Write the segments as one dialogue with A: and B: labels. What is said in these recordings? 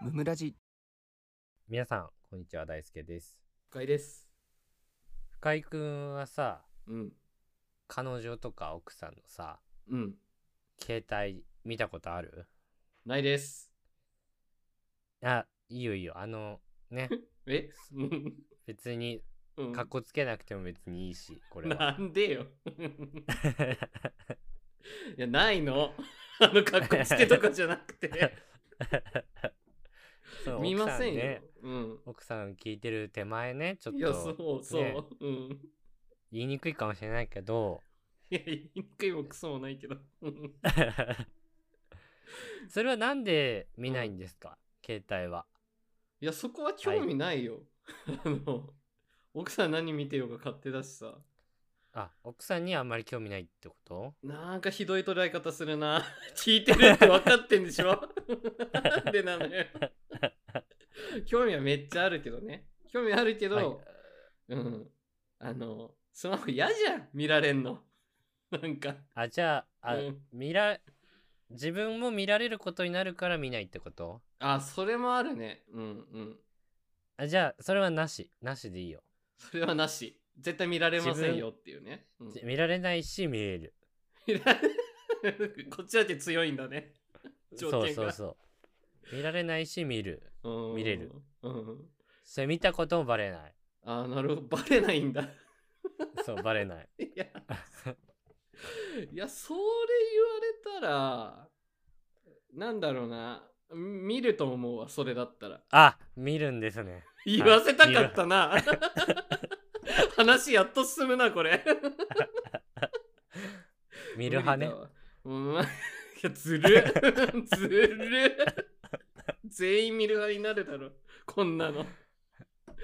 A: ムラジ
B: 皆さんこんにちは大輔です
C: 深いです。
B: 深井くんはさ
C: うん。
B: 彼女とか奥さんのさ
C: うん。
B: 携帯見たことある
C: ないです。
B: あいいよいいよあのね
C: え うん
B: 別に
C: うん
B: かっこつけなくても別にいいしこれは
C: なんでよ。 いや、ないの。 あの、かっこつけとかじゃなく て。
B: そう
C: 見ませんよ。
B: 奥さんね奥さん聞いてる手前ねちょ
C: う
B: っ
C: ん。
B: と
C: いや、そうそう。
B: ね
C: うん。
B: 言いにくいかもしれないけど
C: いや、一回もクソもないけど。 うん
B: それはなんで見ないんですか、携帯はい
C: や、そこは興味ないよ。 あの、奥さん何見てようが勝手だしさ。
B: あ奥さんにあんまり興味ないってこと
C: なんかひどい捉え方するな。 聞いてるって分かってんでしょ なんでなのよ。興味はめっちゃあるけどね。興味あるけど、
B: はい
C: うん。あの、スマホ嫌じゃん、見られんの。なんか、
B: あじゃああ、
C: うん
B: 見ら自分も見られることになるから見ないってこと
C: あ、それもあるね。うんうん。
B: あじゃあそれはなしなしでいいよ、
C: それはなし。絶対見られませんよっていうね。うん
B: じ見られないし見れる
C: こっちだけ強いんだね。条
B: そう
C: 件
B: そう
C: が
B: そう見られないし見る
C: うん
B: 見れる。
C: うん。
B: それ見たこともバレない
C: あ、なるほど。バレないんだ。
B: そうバレない
C: いや、いや、それ言われたら、なんだろうな、見ると思うわ、それだったら。
B: あ見るんですね
C: 言わせたかったな。話やっと進むな、これ。
B: 見る派ね
C: 無理だわ。うん、 いや、ずる。ずる。全員見る派になるだろ、こんなの。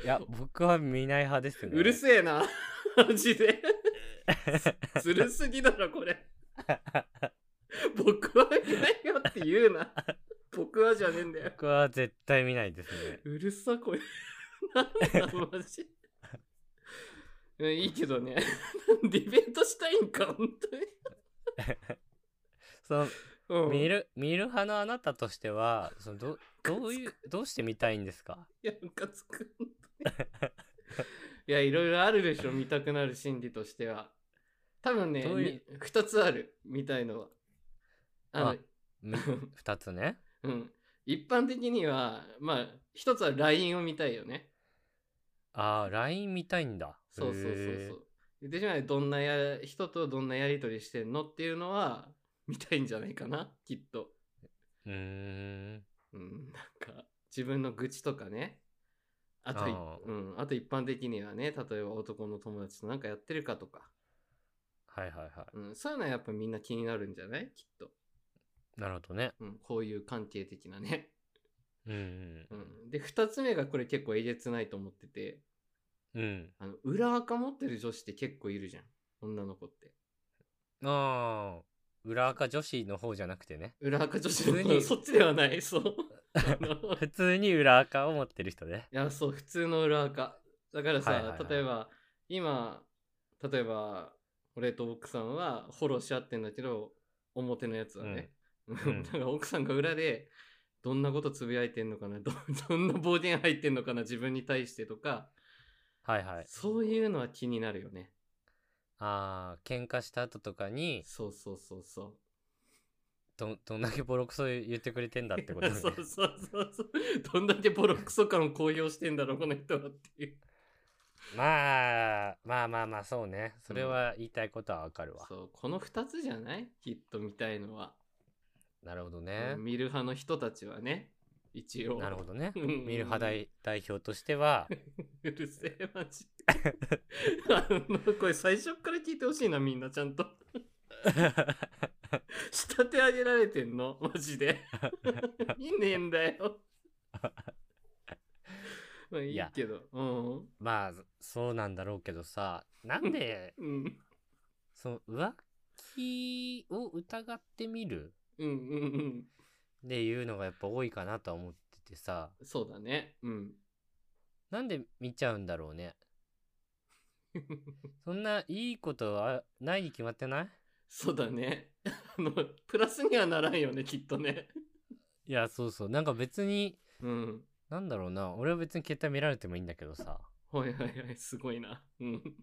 B: いや僕は見ない派ですね
C: うるせえな、マジで。ずるすぎだろ、これ。 僕は見ないよって言うな。僕はじゃねえんだよ。
B: 僕は絶対見ないですね
C: うるさ、これ。 なんだ、マジ。 うんいいけどね。 ディベートしたいんか、本
B: その
C: 当に。うん、
B: 見る見る派のあなたとしてはそのどどういうどうして見たいんですか
C: いや、ムカつく。本当にいや、いろいろあるでしょ、見たくなる心理としては。多分ね、
B: どういう
C: に二つある、みたいのは。あの
B: あ 2つね
C: うん、一般的にはまあ一つは LINE を見たいよね
B: ああ LINE 見たいんだ
C: そうそうそう
B: へ
C: そう言ってしまえばどんなや人とどんなやり取りしてんのっていうのは見たいんじゃないかなきっと、
B: ーうーん
C: うん、なんか自分の愚痴とかねあとい
B: あー
C: うん、あと一般的にはね例えば男の友達となんかやってるかとか、
B: はいはいは
C: うん、そういうのはやっぱみんな気になるんじゃないきっと、
B: いなるほどね
C: うん、こういう関係的なね、
B: うん
C: うん、で2つ目がこれ結構えげつないと思ってて
B: うんうん
C: あの裏垢持ってる女子って結構いるじゃん女の子って
B: ああ裏垢女子の方じゃなくてね
C: 裏垢女子
B: 普通に
C: のそっちではないそうあのい
B: 普通に裏垢を持ってる人ね
C: やそう普通の裏垢だからさ、
B: はいはいはい
C: 例えば今例えば俺と奥さんはフォローし合ってんだけど表のやつはね、
B: んう ん
C: だから奥さんが裏でどんなことつぶやいてんのかなど どんな暴言入ってんのかな自分に対してとか、
B: はいはい
C: そういうのは気になるよね
B: ああ喧嘩した後とかに
C: そうそうそうそう
B: どどんだけボロクソ言ってくれてんだって こと ね
C: そうそうそうそうどんだけボロクソ感を高揚してんだろうこの人はっていう
B: まあまあまあまあそうねそれは言いたいことはわかるわ、
C: そうこの2つじゃないきっと見たいのは、
B: なるほどね、
C: 見る派の人たちはね一応
B: なるほどね
C: うんうんうん
B: 見る派代 代表としては
C: うるせえマジあのこれ最初っから聞いてほしいなみんなちゃ んと仕立て上げられてんのマジで見ねえんだよまあいいけどうん
B: まあそうなんだろうけどさなんで
C: うん
B: その浮気を疑ってみる
C: うんうんうん
B: っていうのがやっぱ多いかなとは思っててさ
C: そうだねうん
B: なんで見ちゃうんだろうねそんないいことはないに決まってない
C: そうだね。あの、プラスにはならんよね、きっとね。
B: いやそうそうなんか別に
C: うん。
B: なんだろうな俺は別に携帯見られてもいいんだけどさ
C: はいはいはい、すごいな。うん。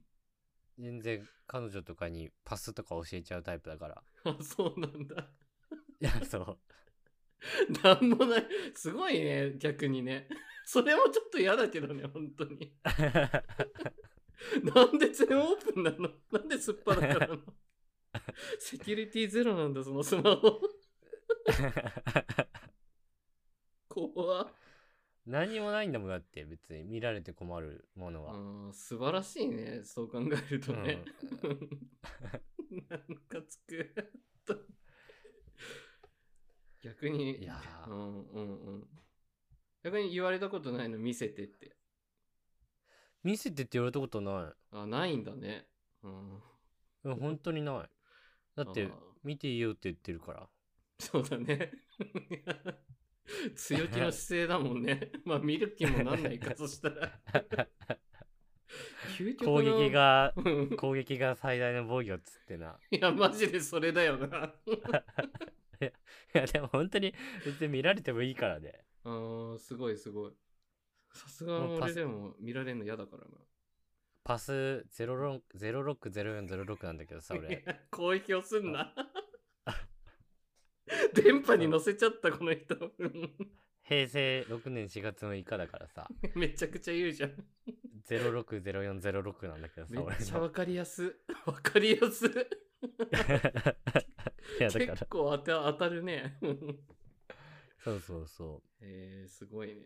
B: 全然彼女とかにパスとか教えちゃうタイプだから
C: あ、そうなんだ。
B: いやそう
C: なんもない。すごいね、逆にね。 それもちょっと嫌だけどね、本当に。 なんで全オープンなのなんですっぱだからなの セキュリティゼロなんだ、そのスマホ。 怖っ
B: 何もないんだもんだって別に見られて困るものは、
C: うん素晴らしいね、そう考えるとね。
B: う
C: なんかつく。 逆に、
B: いやー
C: うんうんうん。逆に言われたことないの見せてって。
B: 見せてって言われたことな
C: あ、ないんだね。うん。
B: いうん本当にないだっ
C: あ
B: て
C: ー
B: 見ていいよって言ってるから
C: そうだ ね。強気の姿勢だもんね。 まあ見る気もなんないか、そした ら。究極の
B: 攻撃。が
C: うん
B: 攻撃が最大の防御っつってない
C: や、マジでそれだよな。
B: いやでも本当に別に見られてもいいからね
C: あーすごいすごい。さすがの
B: もうパ
C: 俺
B: ス
C: でも見られるの嫌だからな。
B: パス06 060406なんだけ どさ
C: い
B: 俺
C: や攻撃をすんな。 電波に乗せちゃった、この人。 うん
B: 平成6年4月の以下だからさ
C: めちゃくちゃ言うじゃん。
B: 060406なんだけどさ
C: めっ
B: 俺
C: ちゃ
B: の
C: わかりやす。わかりやす。
B: いやだから
C: 結構当て当たるね。
B: そうそうそ
C: えー、すごいね。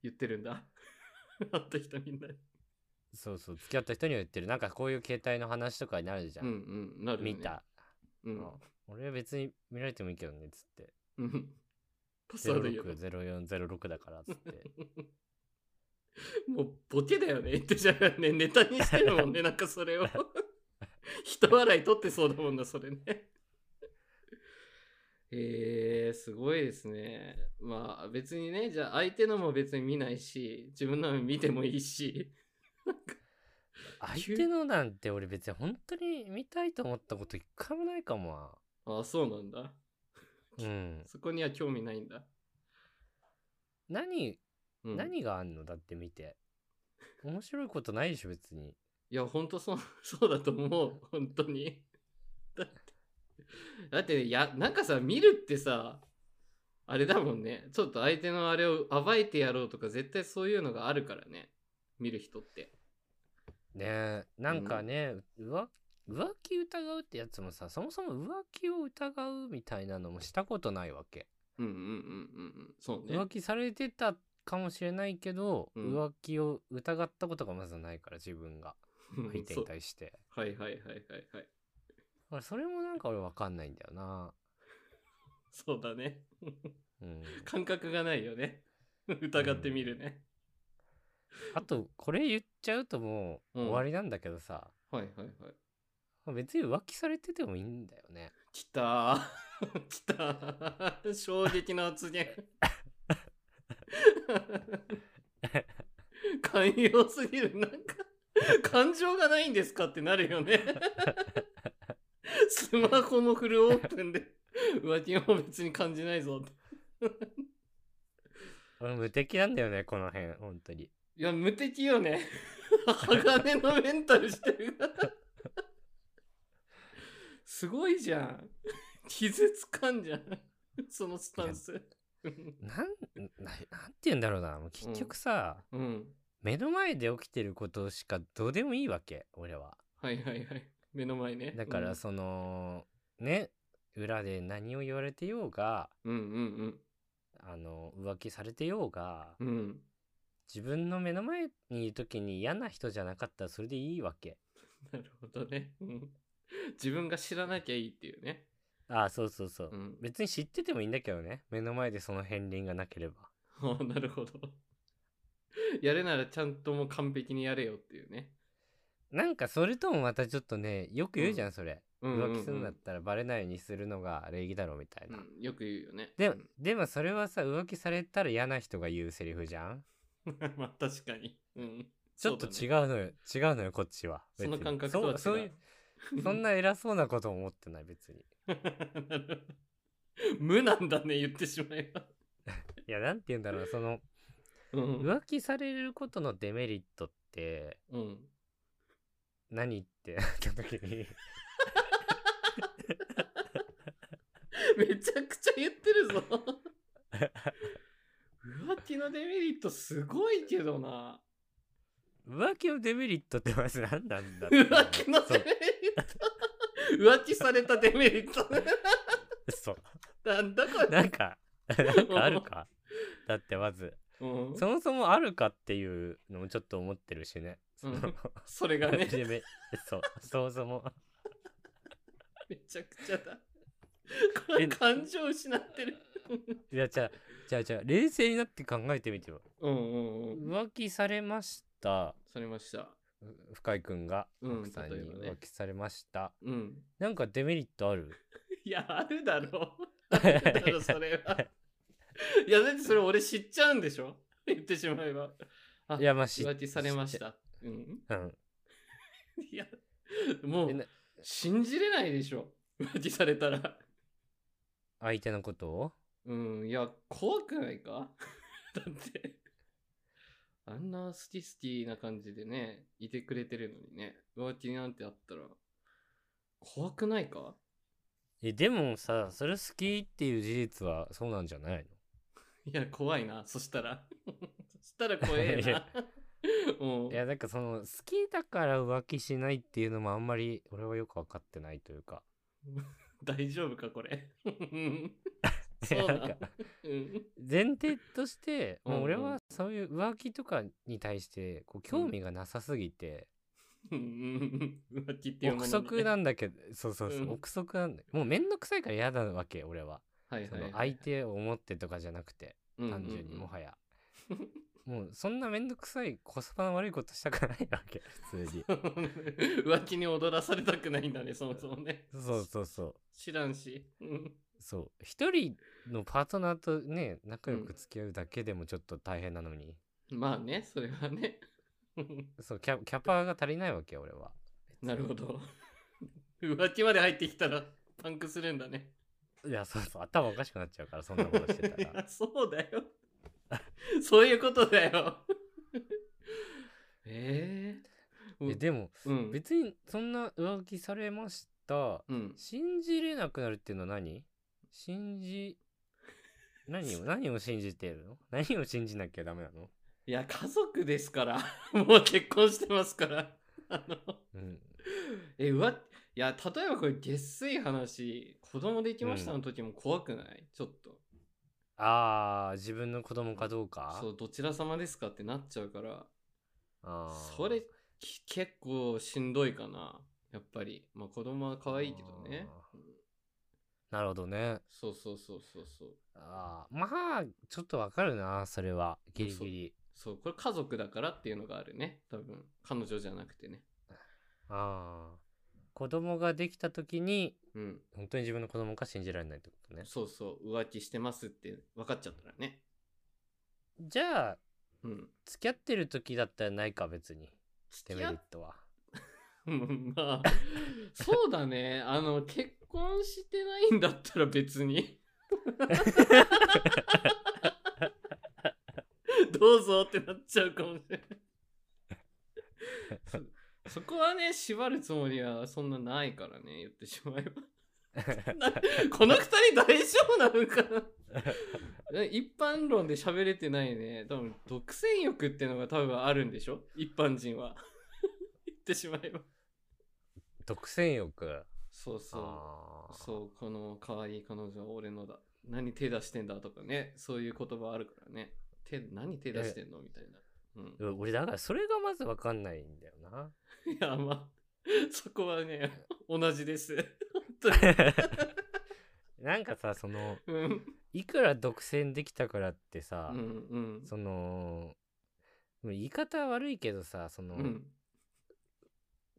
C: 言ってるんだ。会った人みんなに。
B: うそうそう付き合った人には言ってるなんかこういう携帯の話とかになるじゃ、
C: うんんうん、なる、ね。
B: 見。た、
C: うん。
B: 俺は別に見られてもいいけどねっつって
C: うん、パスワード言うの
B: 060406だからっつって
C: もうボケだよね言ってじゃあねネタにしてる もんねなんかそれを人笑い取ってそうだもんなそれねえー、すごいですねまあ別にねじゃあ相手のも別に見ないし自分のも見てもいいし
B: 相手のなんて俺別に本当に見たいと思ったこと一回もないかもな
C: ああそうなんだ
B: うん
C: そこには興味ないんだ、
B: 何
C: うん、
B: 何があんのだって見て面白いことないでしょ別に
C: いや、ほんとそう、 そうだと思う。本当に。だって、だってね、や、なんかさ、見るってさ、あれだもんね。ちょっと相手のあれを暴いてやろうとか、絶対そういうのがあるからね。見る人って。
B: ねえなんかね、浮浮気疑うってやつもさそもそも浮気を疑うみたいなのもしたことないわけ、
C: うんうんうんうんうん。そうね
B: 浮。気されてたかもしれないけど、
C: うん
B: 浮気を疑ったことがまずないから自分が
C: うん
B: 相手
C: そ
B: に
C: う
B: 対して
C: はいはいはいはいはい。
B: だからそれもなんか俺わかんないんだよな
C: そうだね。
B: うん、
C: 感覚がないよね。 疑ってみるね。
B: あとこれ言っちゃうともう
C: うん
B: 終わりなんだけどさ、
C: はいはいはい。
B: 別に浮気されててもいいんだよね
C: きた ーきたー衝撃の発言 寛容すぎるなんか感情がないんですかってなるよね スマホもフルオープンで浮気も別に感じないぞって
B: 俺無敵なんだよねこの辺本当に
C: いや無敵よね鋼のメンタルしてるすごいじゃん傷つかんじゃんそのスタンス
B: なんななんて言うんだろうなもう結局さ、
C: うん
B: 目の前で起きてることしかどうでもいいわけ俺は
C: はいはいはい。目の前ね。
B: だからその、ね裏で何を言われてようが
C: うん、うんうん
B: あの浮気されてようが
C: うん。うん。
B: 自分の目の前にいる時に嫌な人じゃなかったらそれでいいわけ
C: なるほどね。うん自分が知らなきゃいいっていうね。
B: ああそうそうそう、
C: うん。
B: 別に知っててもいいんだけどね目の前でその片鱗がなければ
C: あなるほど。やるならちゃんともう完璧にやれよっていうね。
B: なんかそれともまたちょっとねよく言うじゃん、それ
C: うんうんうん
B: 浮気するんだったらバレないようにするのが礼儀だろみたいな、
C: うんよく言うよね。
B: で
C: う
B: もでもそれはさ浮気されたら嫌な人が言うセリフじゃん
C: ん まあ確かに。うん。
B: ちょっと
C: そう
B: 違
C: だね
B: うのよ、違うのよこっちは
C: その
B: 別に
C: 感覚とは違う。
B: そうそういうそんな偉そうなこと思ってない別に
C: なるほど無なんだね、言ってしまえば。
B: いや、なんて言うんだろう、その、
C: うん。
B: 浮気されることのデメリットって
C: うん。
B: 何ってなった時 に、
C: めちゃくちゃ言ってるぞ。 浮気のデメリットすごいけどな。
B: 浮気のデメリットってまず何なんだっていう
C: 浮気のデメリット。浮気されたデメリット。
B: そう。
C: なんだこれ。
B: なんか、なんかあるかだってまず、
C: うん、
B: そもそもあるかっていうのもちょっと思ってるしね。そ の
C: うんそれがね、
B: デメ そう、そもそも。
C: めちゃくちゃだ。これ
B: え
C: 感情失ってる。
B: いや、じゃあ、じゃあ、じゃあ、冷静になって考えてみてよ。
C: うんうんうん。
B: 浮気されました。
C: されました。
B: ふ深井くんが
C: うん
B: 奥さん
C: 例
B: に
C: えばね
B: 浮気されました。
C: うん。
B: なんかデメリットあ る
C: いや、あるだろ う。あるだろう、それは。いや、だってそれ俺知っちゃうんでしょ言ってしまえば。あ
B: いや、まあ、し
C: 浮気されまし。た。うん。
B: うん。
C: いや、も
B: え
C: う
B: な
C: 信じれないでしょ。浮気されたら。
B: 相手のことを
C: うん、いや、怖くないか だって。あんなスティスティな感じでね、いてくれてるのにね、浮気なんてあったら、怖くないか
B: え、でもさ、それ好きっていう事実はそうなんじゃないの
C: いや、怖いな、そしたら。 そしたら怖え
B: いや
C: な。うん
B: いやなんかその好きだから浮気しないっていうのもあんまり俺はよく分かってないというか
C: 大丈夫か、これ。 うんそうなん
B: いやなんか
C: うん
B: 前提としてもう俺
C: うんう
B: は
C: ん
B: そういう浮気とかに対してこう興味がなさすぎて、
C: うんうん浮気っていうもの
B: 憶
C: に
B: 測なんだけどそうそうそう、
C: うん
B: 憶測なんだもうめんどくさいから嫌なわけ俺は
C: はい
B: そ
C: はいは
B: の
C: い
B: 相手を思ってとかじゃなくて
C: うんうんうん
B: 単純にもはやもうそんなめんどくさいコスパの悪いことしたくないわけ 普通に
C: 浮気に踊らされたくないんだね、そもそもね。
B: そうそうそう
C: 知らんし。 うん
B: そう一人のパートナーとね仲良く付き合うだけでもちょっと大変なのに、
C: まあね、それはね。
B: そうキャキャパが足りないわけよ俺は
C: なるほど。浮気まで入ってきたらパンクするんだね。
B: いやそうそう頭おかしくなっちゃうからそんなことしてたら
C: そうだよ。そういうことだよ。 ええ
B: えでも
C: うん。
B: 別にそんな浮気されました
C: うん。
B: 信じれなくなるっていうのは何信じ何を何を信じてるの何を信じなきゃダメなの
C: いや、家族ですから。 もう結婚してますから。あの、
B: うん
C: え、うわ、いや、例えばこれ、下水話、子供できました
B: うん
C: の時も怖くない、ちょっと。
B: あー自分の子供かどうか
C: そう、どちら様ですかってなっちゃうから。
B: あー
C: それき結構しんどいかなやっぱりまあ子供は可愛いけどね
B: あーなるほどね
C: そうそうそうそうそう
B: あーまあちょっとわかるなそれはギリギリ
C: そうこれ家族だからっていうのがあるね多分彼女じゃなくてね
B: ああ子供ができた時に
C: うん
B: 本当に自分の子供か信じられないってことね
C: そうそう浮気してますって分かっちゃったらね
B: じゃあ
C: うん
B: 付き合ってる時だったらないか別に
C: 付
B: デメ
C: き
B: リ
C: 合
B: ッ
C: っ
B: トは
C: まあそうだねあの結婚してないんだったら別に どうぞってなっちゃうかもしれないそそこはね縛るつもりはそんなないからね言ってしまえば なこの二人大丈夫なのかな一般論で喋れてないね多分独占欲ってのが多分あるんでしょ一般人は 言ってしまえば
B: 独占欲
C: そうそ
B: あ
C: う
B: ー
C: そうこの可愛い彼女は俺のだ何手出してんだとかねそういう言葉あるからね手何手出してんのみたいな、うん、
B: うん俺だからそれがまず分かんないんだよな
C: いやまあそこはね同じです本当に
B: なんかさその
C: うん
B: いくら独占できたからってさ、
C: うんうん
B: その言い方悪いけどさその、
C: うん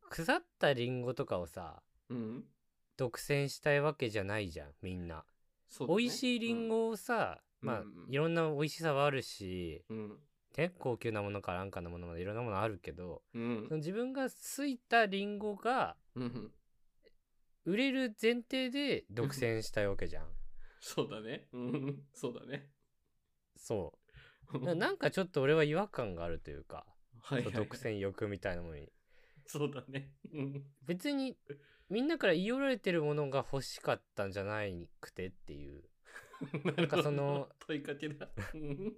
B: 腐ったリンゴとかをさ
C: うん
B: 独占したいわけじゃないじゃんみんな、
C: そうだね
B: 美味しいリンゴをさ、
C: うん
B: まあ、
C: うんうん
B: いろんな美味しさはあるし、
C: うん
B: ね、高級なものから安価なものまでいろんなものあるけど
C: うん
B: その自分が好いたリンゴが
C: うんうん
B: 売れる前提で独占したいわけじゃん。
C: そうだね。うん、そうだね。
B: そうななんかちょっと俺は違和感があるというか
C: はいはいはい
B: 独占欲みたいなものに
C: そうだね。うん
B: 別にみんなから言い寄られてるものが欲しかったんじゃないくてっていう
C: なん
B: かその
C: 問いかけだ。うん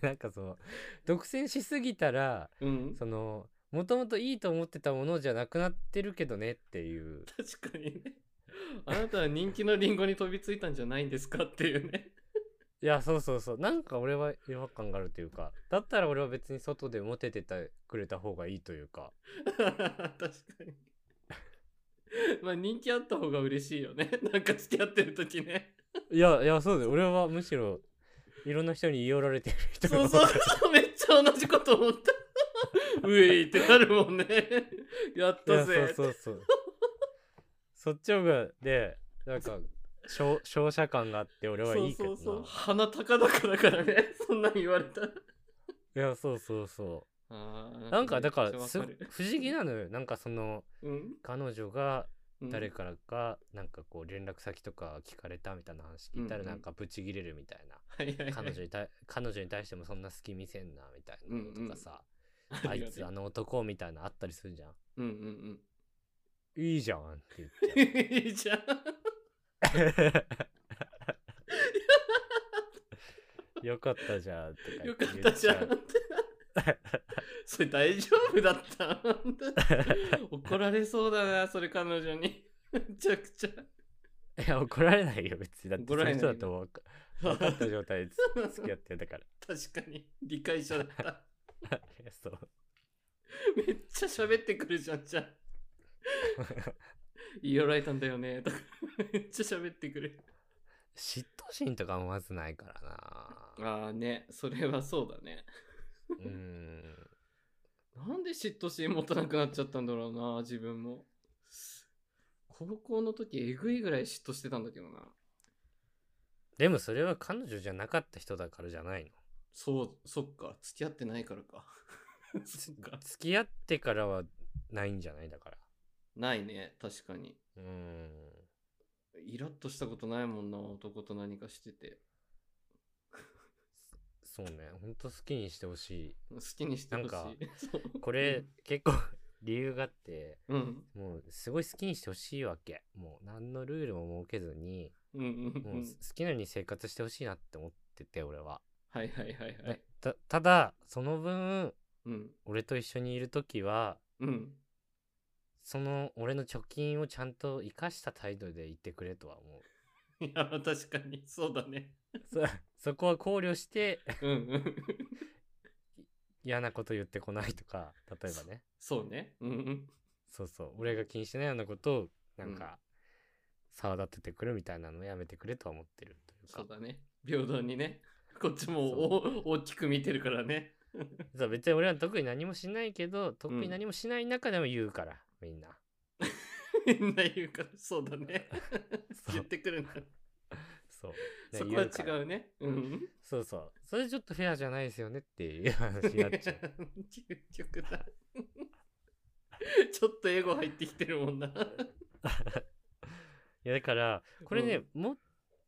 B: なんかその独占しすぎたら
C: うん。
B: そのもともといいと思ってたものじゃなくなってるけどねっていう
C: 確かにね。あなたは人気のリンゴに飛びついたんじゃないんですかっていうね。
B: いやそうそうそうなんか俺は違和感があるというかだったら俺は別に外でモテてたくれた方がいいというか
C: 確かに。まあ人気あった方が嬉しいよね。なんか付き合ってる時ね。
B: いやいやそうで俺はむしろいろんな人に言い寄られてる人
C: そう
B: が
C: そうそう、めっちゃ同じこと思った。うえいってなるもんね。やっ
B: いや
C: た
B: そう
C: ぜ。
B: そうそうそっちの方がでなんか勝勝者感があって俺はいいけ
C: そ
B: ど
C: う
B: な
C: そうそう。鼻高々だからね。そんなん言われたら。
B: いやそうそうそ
C: あー
B: うなんかだか
C: めっ
B: ら
C: ち
B: す
C: ゃ
B: ご
C: わかる
B: 不思議なのよなんかその
C: うん
B: 彼女が
C: うん
B: 誰からかなんかこう連絡先とか聞かれたみたいな話聞いた
C: うんう
B: ら
C: ん
B: なんかブチギレるみたいな、
C: はいはいはい、
B: 彼女に対 彼女に対してもそんな好き見せんなみたいなのとかさ、あ
C: りが
B: い
C: とう
B: つあの男みたいなのあったりするじゃん
C: うんうん
B: いいじゃんって言っ
C: うん。 いいじゃん。
B: て よかったじゃんとか
C: よかったじゃ
B: 言っち
C: ん。それ大丈夫だった怒られそうだな、それ彼女に。めちゃくちゃ。
B: ゃういや怒られないよ別にだって
C: 怒
B: そ
C: ら
B: の
C: れない
B: 人だと分か 分かった状態で付き合ってんだから
C: 確かに、理解者だった。
B: いやそう
C: めっちゃ喋ってくるじゃん、じゃん。言い寄られたんだよね、とか。めっちゃ喋ってくる。
B: 嫉妬心とかもまずないからな
C: ああね、それはそうだね。
B: うーん
C: なんで嫉妬心持たなくなっちゃったんだろうな、自分も。高校の時、えぐいぐらい嫉妬してたんだけどな。
B: でもそれは彼女じゃなかった人だからじ ゃないの
C: そう、そっか、付き合ってないから か。そっか。
B: 付き合ってからはないんじゃないだから
C: ないね、確かに。
B: うーん
C: イラッとしたことないもんな、男と何かしてて。
B: そうねほんと好きにしてほし
C: 好きにしてほしい。
B: なん
C: そう
B: いこれ、結構理由があって
C: うん、
B: もうすごい好きにしてほしいわけもう何のルールも設けずに
C: うん、うん、う。
B: もうん好きなように生活してほしいなって思ってて俺は、
C: はいはいはいはい。
B: たただその分
C: うん、
B: 俺と一緒にいる時は
C: うん。
B: その俺の貯金をちゃんと生かした態度で言ってくれとは思う
C: いや、確かに、そうだね。
B: そそこは考慮して
C: うん、うん。
B: 嫌なこと言ってこないとか例えばね
C: そうね。うん、うん。
B: そうそう俺が気にしてないようなことをなんか、騒だっててくるみたいなのをやめてくれとは思ってるという
C: そ
B: か
C: うだね。平等にね。こっちもお大きく見てるからね。
B: そう別に俺は特に何もしないけど特に何もしない中でも言うから、みんな
C: みんな言うから、そうだね。
B: そう
C: 言ってくるんだ。
B: そう、
C: そこは
B: 言うから
C: 違うね。うん。
B: そうそうそれちょっとフェアじゃないですよねっていう話になっちゃう
C: 究極だ。ちょっと英語入ってきてるもんな。
B: いやだからこれね、も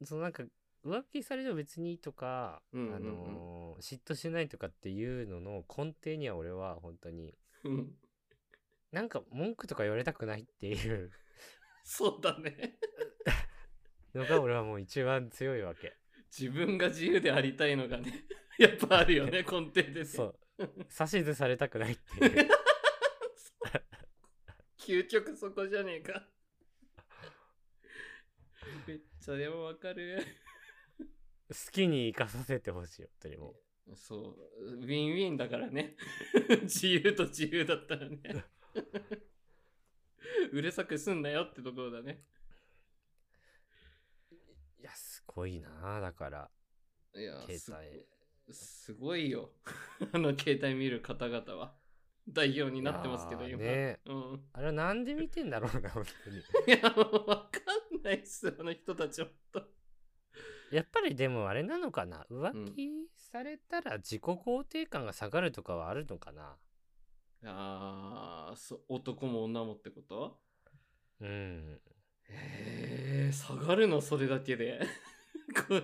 B: そのなんか浮気されても別にいいとか、
C: うんうんうん
B: あのー嫉妬しないとかっていうのの根底には俺は本当に
C: うん
B: なんか文句とか言われたくないっていう
C: そうだね。
B: のが俺はもう一番強いわけ。
C: 自分が自由でありたいのがね、 やっぱあるよ ね、根底で、ね。
B: そう。指図されたくないっていう。
C: 究極そこじゃねえか。めっちゃでもわかる。
B: 好きに生かさせてほしいよ、本当にもう。
C: そう、ウィンウィンだからね。 自由と自由だった らね。うるさくすんなよってところだね。
B: いや、すごいなあだから。
C: いや、
B: 携帯
C: すすごいよ。 あの携帯見る方々は。代表になってますけど、
B: いやー
C: 今。
B: ね
C: うん。
B: あれはなんで見てんだろうな、本当に。
C: いや、もうわかんないっす、あの人たちは。
B: やっぱりでもあれなのかな浮気されたら自己肯定感が下がるとかはあるのかな
C: ああ、そ男も女もってこと
B: うん。
C: えー、下がるの、それだけで。 こ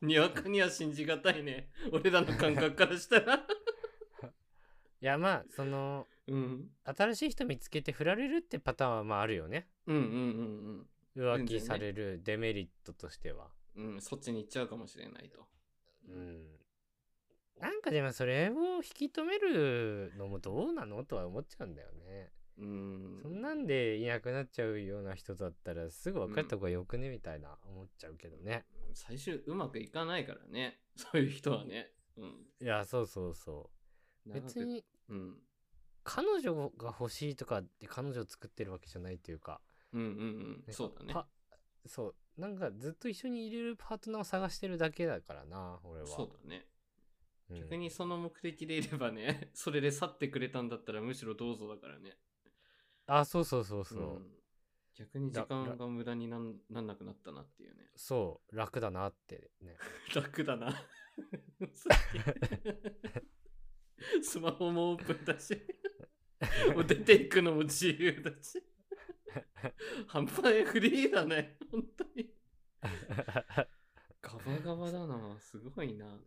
C: うにわかには信じがたいね俺らの感覚からしたら
B: いやまあその
C: うん
B: 新しい人見つけて振られるってパターンはまああるよね
C: うんうんうん
B: 浮
C: 全然
B: 気
C: ね
B: されるデメリットとしては、
C: うんうんそっちに行っちゃうかもしれないと
B: うんなんかでもそれを引き止めるのもどうなのとは思っちゃうんだよね
C: うん
B: そんなんでいなくなっちゃうような人だったらすぐ別れた方がよくねみたいな思っちゃうけどね、
C: 最終うまくいかないからねそういう人はねうん
B: いやそうそうそう
C: 長く
B: 別に
C: うん
B: 彼女が欲しいとかって彼女を作ってるわけじゃないというか
C: うんうんうん
B: なんか
C: そうだね
B: パそうなんかずっと一緒にいれるパートナーを探してるだけだからな俺は
C: そうだね
B: うん
C: 逆にその目的でいればね それで去ってくれたんだったらむしろどうぞだからね
B: あそうそうそうそう、
C: うん逆に時間が無駄になんなんなくなったなって いうね
B: そう楽だなって ね
C: 楽だなスマホもオープンだ しもう出ていくのも自由だし半端ないフリーだね本当にガバガバだなすごいな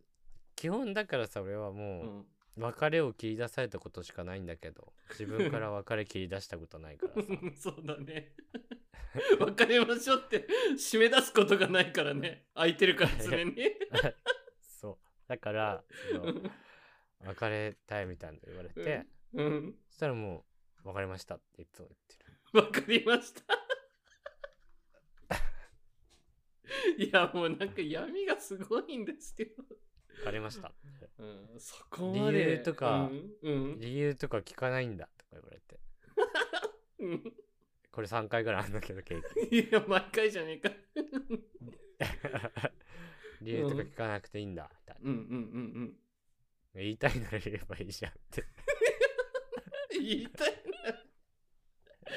B: 基本だからさ俺は
C: う
B: も
C: ん
B: う別れを切り出されたことしかないんだけど自分 から別れ切り出したことないからさ
C: そうだね別れましょうって締め出すことがないからね空いてるから常に
B: そうだからその別れたいみたいなの言われて、
C: うん
B: そしたらもう別れましたっていつも言ってる
C: わかりました いやもうなんか闇がすごいんですけど、
B: 別れましたって
C: うん、そこまで
B: 理由とか
C: うんうん
B: 理由とか聞かないんだとか言われて
C: うん
B: これ3回ぐらいあるんだけど経験
C: いや毎回じゃねえか
B: 理由とか聞かなくていいんだみたいな
C: うんうんうん
B: 言いたいなら言えばいいじゃんって
C: うん言いたいな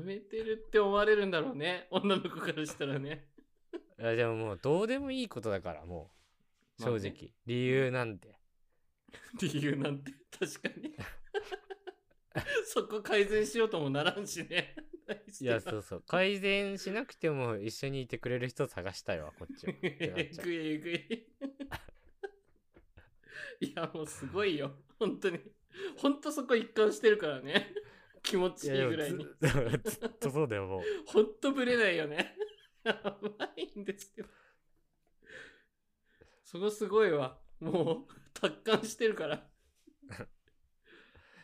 C: 冷めてるって思われるんだろうね女の子からしたらね
B: いやでももうどうでもいいことだからもう
C: まあ
B: 正
C: ね
B: 直、理由なんて
C: 理由なんて確かにそこ改善しようともならんしね
B: いやそうそう改善しなくても一緒にいてくれる人探したいわこっちはってなっ
C: え
B: ちゃう
C: ぐいえぐいいやもうすごいよ本当に本当そこ一貫してるからね気持ちいいぐらいに
B: やでもずずっ とそうだよもう
C: 本当ぶれないよねやばいんですけどそこすごいわもう達観してるから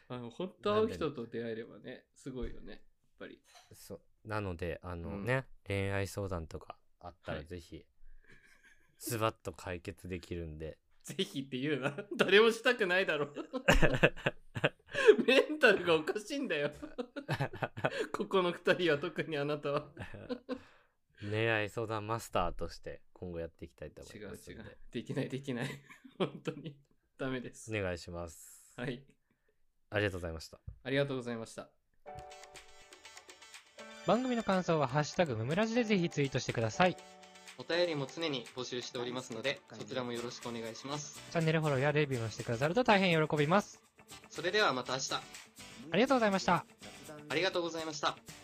C: あの本当会う人と出会えればねすごいよねやっぱり
B: そうなのであの
C: うん
B: ね、恋愛相談とかあった
C: は
B: ら
C: い
B: ぜひ、ズバッと解決できる んで
C: ぜひって言うな。誰もしたくないだろ。メンタルがおかしいんだよ。ここの二人は特にあなたは。
B: 恋愛相談マスターとして今後やっていきたいと思
C: 違
B: いうます
C: 違
B: ので
C: う。できないできない。本当に。ダメです。
B: お願いします、
C: はい。
B: ありがとうございました
C: ありがとうございました。
A: 番組の感想は「ハッシュタグムムラジ」でぜひツイートしてくださいチ
C: お便りも常に募集しておりますので、そちらもよろしくお願いします。
A: ャンネルフォローやレビューもしてくださると大変喜びます
C: それではまた明日。
A: ありがとうございました
C: ありがとうございました。